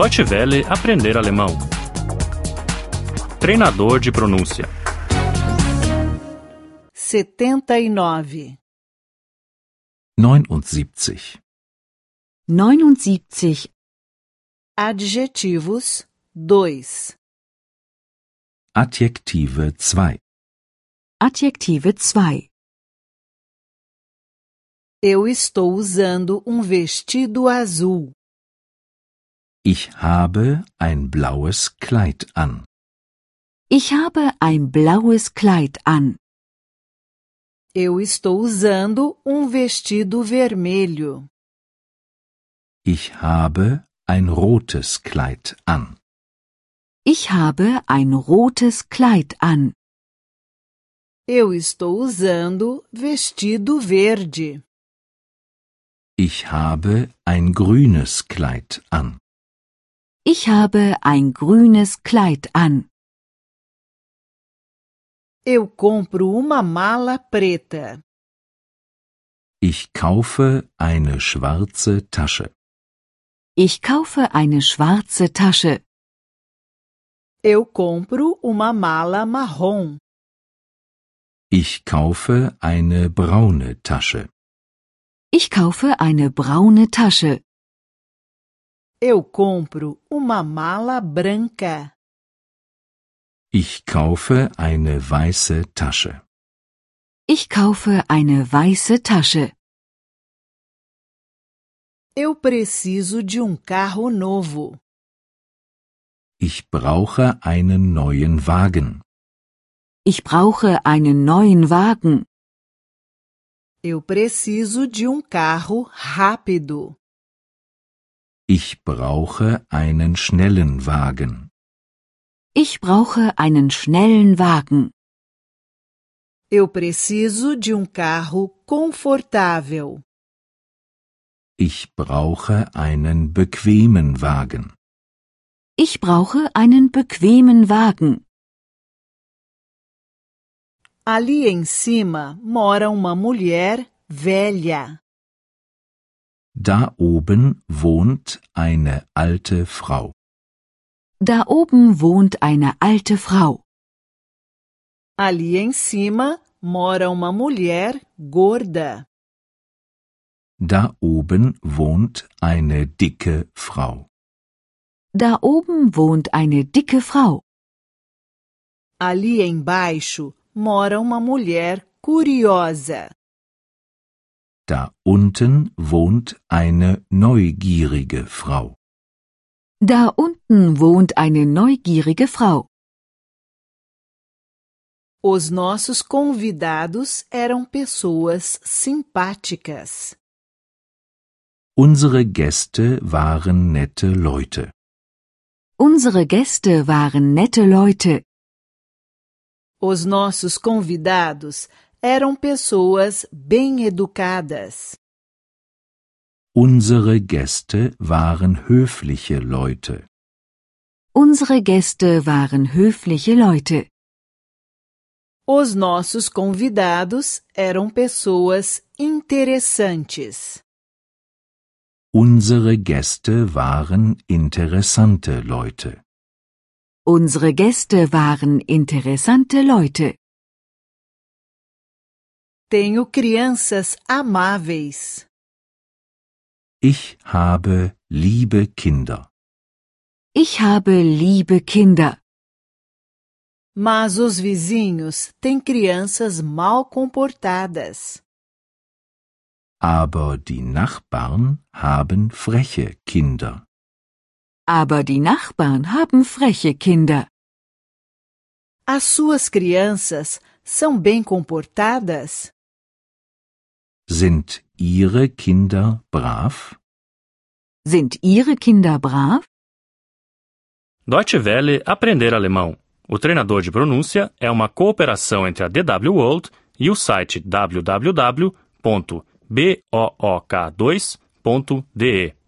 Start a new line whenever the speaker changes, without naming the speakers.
Deutsche Welle aprender alemão. Treinador de pronúncia.
79.
79.
79.
Adjetivos 2.
Adjektive 2.
Adjektive 2.
Eu estou usando um vestido azul.
Ich habe ein blaues Kleid an.
Ich habe ein blaues Kleid an.
Eu estou usando um vestido vermelho.
Ich habe ein rotes Kleid an.
Ich habe ein rotes Kleid an.
Eu estou usando vestido verde.
Ich habe ein grünes Kleid an.
Ich habe ein grünes Kleid an.
Eu compro uma mala preta.
Ich kaufe eine schwarze Tasche.
Ich kaufe eine schwarze Tasche.
Eu compro uma mala marrom.
Ich kaufe eine braune Tasche.
Ich kaufe eine braune Tasche.
Eu compro uma mala branca.
Ich kaufe eine weiße Tasche.
Ich kaufe eine weiße Tasche.
Eu preciso de um carro novo.
Ich brauche einen neuen Wagen.
Ich brauche einen neuen Wagen.
Eu preciso de um carro rápido.
Ich brauche einen schnellen Wagen.
Ich brauche einen schnellen Wagen.
Eu preciso de um carro confortável.
Ich brauche einen bequemen Wagen.
Ich brauche einen bequemen Wagen.
Ali em cima mora uma mulher velha.
Da oben wohnt eine alte Frau.
Da oben wohnt eine alte Frau.
Ali em cima mora uma mulher gorda.
Da oben wohnt eine dicke Frau.
Da oben wohnt eine dicke Frau.
Ali embaixo mora uma mulher curiosa.
Da unten wohnt eine neugierige Frau.
Da unten wohnt eine neugierige Frau.
Os nossos convidados eram pessoas simpáticas.
Unsere Gäste waren nette Leute.
Unsere Gäste waren nette Leute.
Os nossos convidados eram pessoas bem educadas.
Unsere Gäste waren höfliche Leute.
Unsere Gäste waren höfliche Leute.
Os nossos convidados eram pessoas interessantes.
Unsere Gäste waren interessante Leute.
Unsere Gäste waren interessante Leute.
Tenho crianças amáveis.
Ich habe liebe Kinder.
Ich habe liebe Kinder,
Mas os vizinhos têm crianças mal comportadas.
Aber die Nachbarn haben freche Kinder.
aber die Nachbarn haben freche Kinder.
As suas crianças são bem comportadas?
Sind ihre Kinder brav?
Sind Ihre Kinder brav?
Deutsche Welle aprender alemão. O treinador de pronúncia é uma cooperação entre a DW World e o site www.book2.de.